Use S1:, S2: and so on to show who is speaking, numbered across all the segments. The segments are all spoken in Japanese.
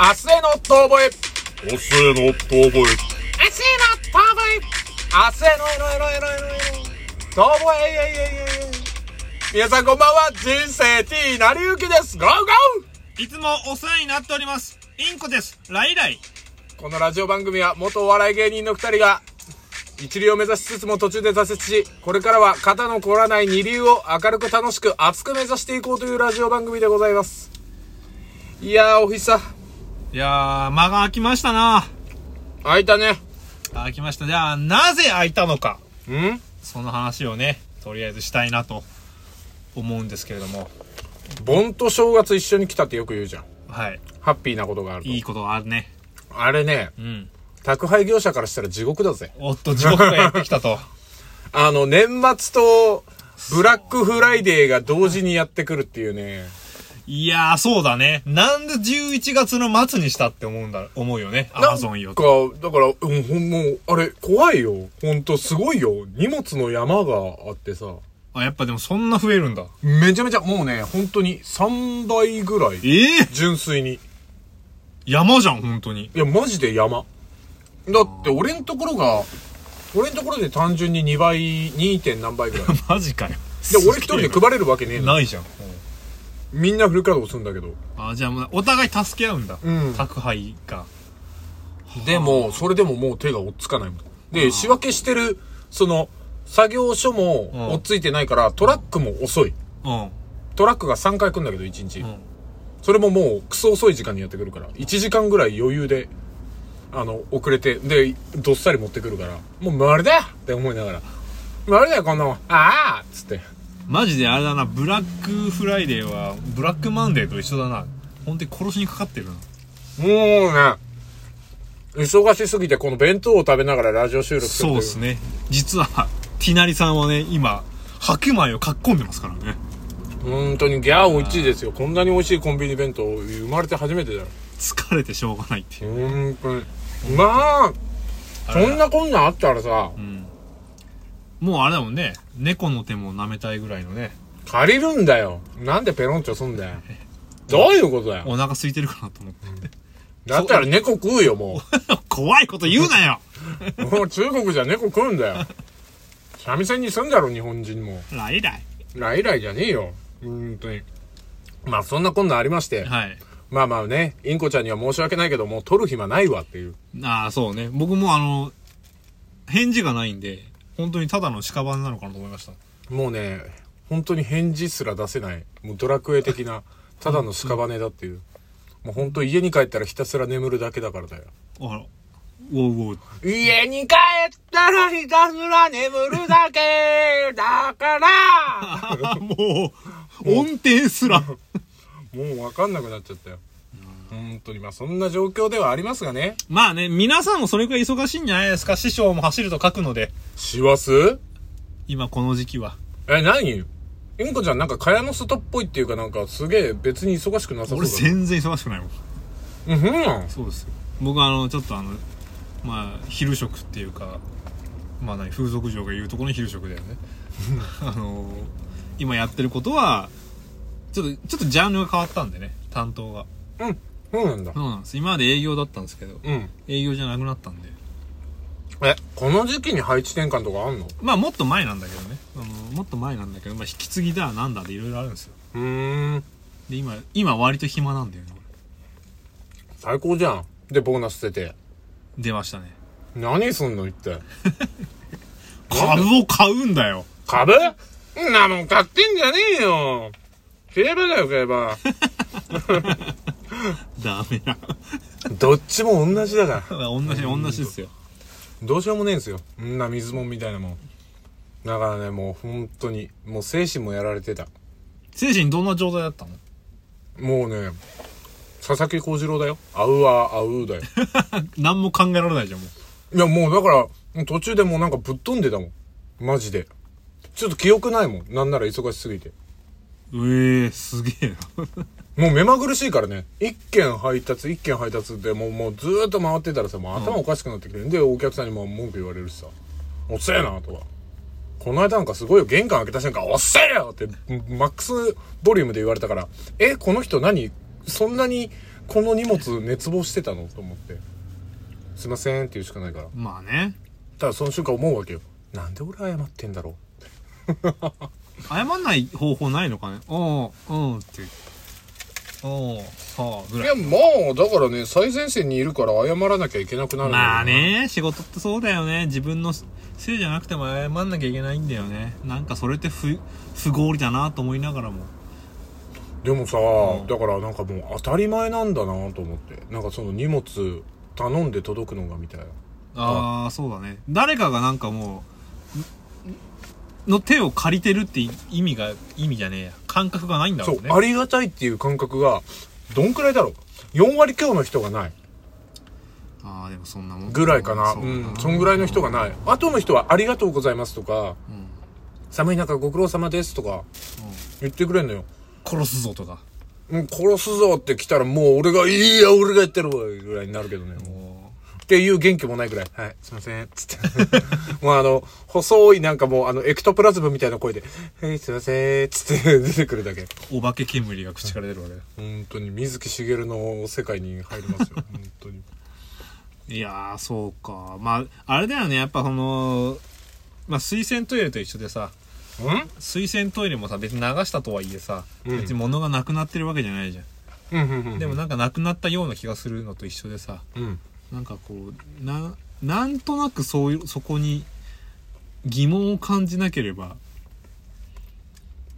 S1: 明日への遠吠え
S2: おすえの遠吠え。
S1: 明日への遠吠え明日へのエロエロエロエロエロ遠吠えいやいやいやいや皆さんこんばんは人生 T なりゆきですゴーゴー
S3: いつもお世話になっております。インコです。ライライ。
S1: このラジオ番組は元お笑い芸人の2人が一流を目指しつつも途中で挫折しこれからは肩の凝らない二流を明るく楽しく熱く目指していこうというラジオ番組でございますいやーおひさ
S3: いやー、間が空きましたな。
S1: 開いたね
S3: 空きました。じゃあ、なぜ空いたのか。
S1: うん
S3: その話をね、とりあえずしたいなと思うんですけれども。
S1: 盆と正月一緒に来たってよく言うじゃん
S3: はい。
S1: ハッピーなことがあると
S3: いいことがあるね。
S1: あれね
S3: うん。
S1: 宅配業者からしたら地獄だぜ
S3: おっと、地獄がやってきた と。
S1: あの年末とブラックフライデーが同時にやってくるっていうね
S3: いやー、そうだね。なんで11月の末にしたって思うんだ、思うよね。アマゾンよ
S1: なん。か、だから、うん、ほんもう、あれ、怖いよ。ほんと、すごいよ。荷物の山があってさ。
S3: あ、やっぱでもそんな増えるんだ。
S1: めちゃめちゃ、もうね、本当に3台ぐらい。
S3: ええ
S1: 純粋に。い
S3: 山じゃん、本当に。
S1: や、マジで山。だって、俺んところが、俺んところで単純に2倍、2. 点何 倍ぐらい。で、
S3: マジかよ。
S1: 俺一人で配れるわけねえの。
S3: ないじゃん。
S1: みんなフル稼働するんだけど。
S3: あ、じゃあもう、お互い助け合うんだ。
S1: うん
S3: 宅配が。
S1: でも、それでももう手が追っつかないもん。で、仕分けしてる、その、作業所も追っついてないから、トラックも遅い。
S3: うん。
S1: トラックが3回来るんだけど、1日。
S3: うん。
S1: それももうクソ遅い時間にやってくるから1時間ぐらい余裕であの遅れてでどっさり持ってくるからもう丸だよって思いながら丸だよこんなもんああっつって
S3: マジであれだな、ブラックフライデーは、ブラックマンデーと一緒だな。本当に殺しにかかってるな。
S1: もうね忙しすぎてこの弁当を食べながらラジオ収録する
S3: そう
S1: とい
S3: ですね。実は、ティナリさんはね、今、白米をかっこんでますからね。
S1: 本当にギャー美味しいですよこんなに美味しいコンビニ弁当生まれて初めてだよ
S3: 疲れてしょうがないっていう。
S1: 本当にまあそんなこんなんあったらさ
S3: うん。もうあれだもんね、猫の手も舐めたいぐらいのね、
S1: 借りるんだよなんでペロンチョすんだよどういうことだよ
S3: お腹空いてるかなと思って。
S1: だったら猫食うよもう
S3: 怖いこと言うなよ
S1: もう中国じゃ猫食うん だよ。三味線に住んだろ、日本人も。
S3: ライライ。
S1: ライライじゃねえよ。本当に。まあそんなこんなんありまして。
S3: はい。
S1: まあまあね、インコちゃんには申し訳ないけど、もう取る暇ないわっていう。
S3: ああ、そうね。僕もあの、返事がないんで、本当にただの屍なのかなと思いました。
S1: もうね、本当に返事すら出せない。もうドラクエ的な、ただの屍だっていう。もう本当家に帰ったらひたすら眠るだけだからだよ。
S3: あら、ウォウウォウ。
S1: 家に帰ったらひたすら眠るだけだから
S3: ああ、 もう、音程すら。
S1: もう分かんなくなっちゃったよ。本当に、まあそんな状況ではありますがね。
S3: まあね、皆さんもそれくらい忙しいんじゃないですか。師匠も走ると書くので、
S1: 師走
S3: 今この時期は。
S1: え、何インコちゃんなんか蚊帳の外っぽいっていうかなんかすげえ別に忙しくなさそう
S3: 俺
S1: だね。
S3: 全然忙しくないもん。
S1: うんふんなん。
S3: そうですよ。僕あの、ちょっとあの、まあ、昼食っていうか、まあ何、風俗嬢が言うところの昼食だよね。 あの、今やってることは、ちょっと、ちょっとジャンルが変わったんでね、担当が。
S1: うん。そうなんだ
S3: そ。うなんです。今まで営業だったんですけど、
S1: うん。
S3: 営業じゃなくなったんで。
S1: え、この時期に配置転換とかあんの
S3: まあもっと前なんだけどね。あのもっと前なんだけど、まあ引き継ぎだ、なんだでいろいろあるんですよ。
S1: うーん。
S3: で、今、今割と暇なんだよね、俺
S1: 最高じゃん。で、ボーナス出て。
S3: 出ましたね。
S1: 何すんの一体。
S3: 株を買うんだよ。
S1: 株んなもん買ってんじゃねえよ。競馬だよ、競馬。
S3: ダメな。
S1: どっちも同じだから。
S3: 同じ、同じですよ。
S1: どうしようもねえんですよ。んな水もんみたいなもん。だからね、もう本当に、もう精神もやられてた。
S3: 精神どんな状態だったの
S1: もうね、佐々木小次郎だよ。あうあ、あうだよ。
S3: 何も考えられないじゃん、もう。
S1: いや、もうだから、途中でもうなんかぶっ飛んでたもん。マジで。ちょっと記憶ないもん。なんなら忙しすぎて。
S3: ええすげえな。
S1: もう目まぐるしいからね。一件配達、一件配達でもう、もうずーっと回ってたらさ、もう頭おかしくなってくる。ん、で、お客さんにも文句言われるしさ。おっせえな、とか。この間なんかすごいよ。玄関開けた瞬間、おっせえよって、マックスボリュームで言われたから、え、この人何そんなにこの荷物熱望してたのと思って「すいません」って言うしかないから
S3: まあね
S1: ただその瞬間思うわけよなんで俺謝ってんだろ
S3: 謝んない方法ないのかねおううんっておうはあぐ
S1: うい
S3: らい
S1: やまあだからね最前線にいるから謝らなきゃいけなくなるんだよな
S3: まあね仕事ってそうだよね自分のせいじゃなくても謝んなきゃいけないんだよねなんかそれって不不合理だなと思いながらも
S1: でもさ、
S3: うん
S1: だからなんかもう当たり前なんだなと思ってなんかその荷物頼んで届くのがみたいな
S3: ああそうだね誰かがなんかもうんの手を借りてるって意味が意味じゃねえや感覚がないんだ
S1: そ
S3: ろ
S1: う、
S3: うね
S1: ありがたいっていう感覚がどんくらいだろう4割強の人がない
S3: ああでもそんなもん
S1: ぐらいかな
S3: そううだ
S1: んそんぐらいの人がないあとの人は「ありがとうございます」とか
S3: うんうん
S1: 「寒い中ご苦労様です」とか言ってくれんのよ
S3: 殺すぞとか
S1: もう殺すぞって来たらもう俺が「いいや俺がやってるわ」ぐらいになるけどねもう
S3: も
S1: っていう元気もないぐらい「はいすいません」っつって もうあの細いなんかもうあのエクトプラズムみたいな声で「はいすいません」っつって出てくるだけ
S3: うお化け煙が口から出るわけだ
S1: 本当に水木しげるの世界に入りますよ本当に
S3: いやーそうかまああれだよねやっぱそのまあ水洗トイレと一緒でさ水洗トイレもさ別に流したとはいえさ、
S1: うん
S3: 別に物がなくなってるわけじゃないじゃ
S1: う
S3: ん、
S1: んうんうんうん
S3: でもなんかなくなったような気がするのと一緒でさ
S1: うん
S3: なんかこうななんとなくそういうそこに疑問を感じなければ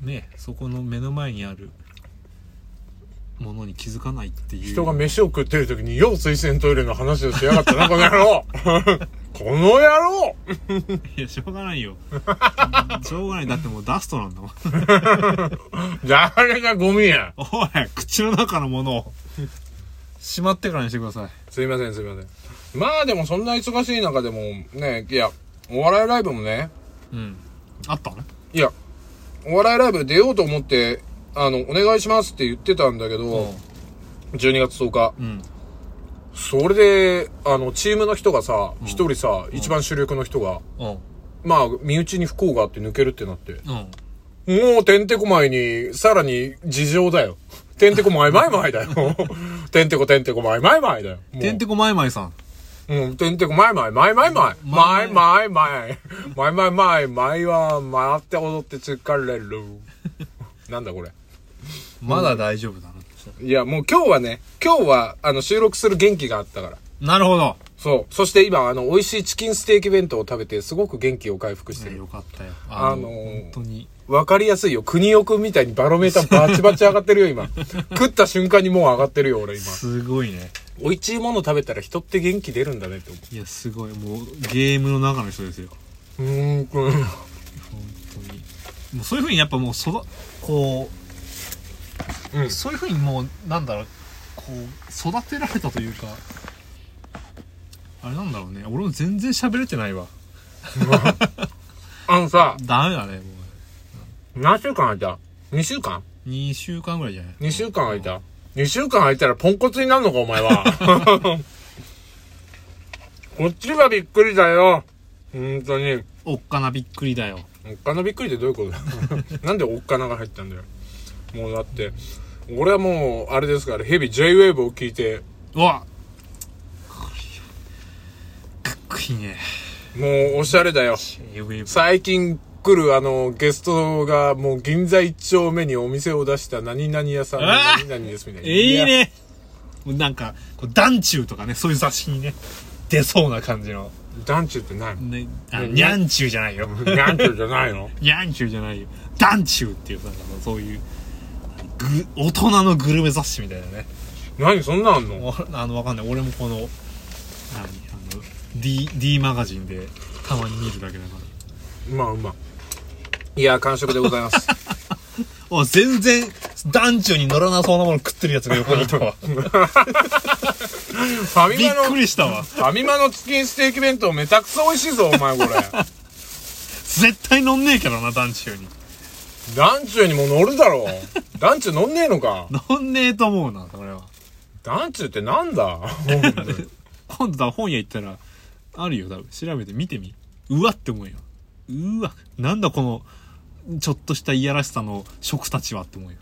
S3: ねそこの目の前にあるものに気づかないっていう
S1: 人が飯を食ってる時に「よう水洗トイレの話をしやがったなこの野郎! 」 この野郎
S3: いやしょうがないよ しょうがないだってもうダストなんだもん
S1: 誰がゴミや
S3: おい、口の中のものを、しまってからにしてください。
S1: すいませんすいませんまあでもそんな忙しい中でもねいやお笑いライブもね
S3: うん。あったの
S1: いや、お笑いライブ出ようと思って、あの、お願いしますって言ってたんだけど、12月10日。
S3: うん。
S1: それで、あの、チームの人がさ、一、人さ、一番主力の人が、
S3: うん。
S1: まあ、身内に不幸があって抜けるってなって、
S3: うん。
S1: もうてんてこまいに、さらに事情だよ。てんてこまいまいまいだよ。てんてこてんてこまいまいまいだよ。もう
S3: てんてこまいまいさん。
S1: うん、てんてこまいまいまいまいまいまいまいまいまいまいまいまいは回って踊って疲れる。なんだこれ。
S3: まだ大丈夫だな。
S1: いや、もう今日はね、今日は、あの、収録する元気があったから。
S3: なるほど。
S1: そう。そして今、あの、美味しいチキンステーキ弁当を食べて、すごく元気を回復して
S3: いや
S1: る。
S3: よかったよ。
S1: あのー
S3: 本当に。
S1: わかりやすいよ。国尾くんみたいにバロメーター バチバチ上がってるよ、今。食った瞬間にもう上がってるよ、俺今。
S3: すごいね。
S1: 美味しいもの食べたら人って元気出るんだねって思
S3: いや、すごい。もう、ゲームの中の人ですよ。
S1: う。うーん、これ
S3: 本当に。もうそういうふうにやっぱもう、そば、こう、
S1: うん
S3: そういうふうにもう、なんだろう、こう、育てられたというか、あれなんだろうね。俺も全然喋れてないわ。
S1: あのさ、
S3: ダメだね、もう。
S1: 何週間空いた ?2 週間
S3: 2週間ぐらいじゃない
S1: ?2 週間空いた ?2 週間空いたらポンコツになるのか、お前 は。こっちがびっくりだよ。本当に。
S3: おっかなびっくりだよ
S1: おっかなびっくりってどういうことだ なんでおっかなが入ったんだよもうだって俺はもうあれですからヘビ JWAVE を聞いて
S3: うわかっこいいね
S1: もうおしゃれだよ
S3: J-Wave
S1: 最近来るあのゲストがもう銀座一丁目にお店を出した何々屋さんの
S3: あー
S1: 何々ですみたいない
S3: い
S1: や
S3: ねもうなんかこう団中とかねそういう雑誌にね出そうな感じの、
S1: 団中ってないの
S3: ね、あ
S1: ね
S3: にゃんちゅうじゃない よ
S1: 団中じゃないの
S3: にゃんちゅうじゃないよ団中っていうなんかそういうぐ大人のグルメ雑誌みたいなね
S1: 何そんなんあんの
S3: もうあのわかんない俺もこの何あの D, D マガジンでたまに見るだけだから
S1: うまいうまいいや完食でございます
S3: あ、全然、団中に乗らなそうなもの食ってるやつが横にいたわ。
S1: ファミ
S3: びっ
S1: マの
S3: く
S1: フ
S3: りしたわ。
S1: ァミマのチキンステーキ弁当めちゃくそ美味しいぞお前これ
S3: 絶対乗んねえけどな、団中に。
S1: 団中にも乗るだろう。団中乗んねえのか。
S3: 乗んねえと思うな、それは。
S1: 団中ってなんだ
S3: 今度だ、本屋行ったら、あるよ、多分。調べて見てみ。うわって思うよ。うわ、なんだこの、ちょっとしたいやらしさの食たちはって思うよ。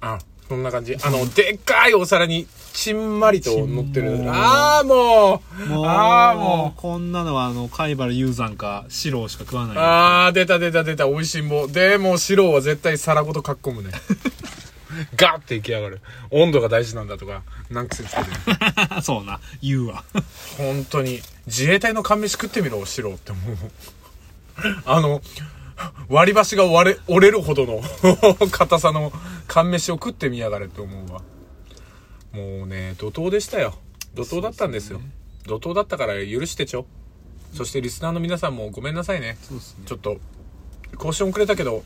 S1: あ、そんな感じ。あの、でっかいお皿に、ちんまりと乗って
S3: ちん
S1: る。
S3: も
S1: ああ、もう
S3: もう、
S1: ああ、もう
S3: こんなのは、あの、貝原雄山か、四郎しか食わない。
S1: ああ、出た出た出た、美味しんぼ。で、もう白は絶対皿ごとかっこ むね。ガーっていきやがる。温度が大事なんだとか、何癖つけてる。
S3: そうな、言うわ。
S1: 本当に自衛隊の缶飯食ってみろしろって思うあの割り箸が割れ折れるほどの硬さの缶飯を食ってみやがれって思うわもうね怒涛でしたよ怒涛だったんですよ怒涛だったから許してちょそしてリスナーの皆さんもごめんなさいね
S3: そうですね。
S1: ちょっと交渉遅れたけど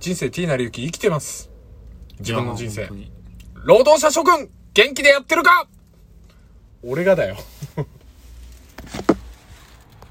S1: 人生 T なりゆき生きてます自分の人
S3: いや
S1: 生
S3: 本当に
S1: 労働者諸君元気でやってるか俺がだよ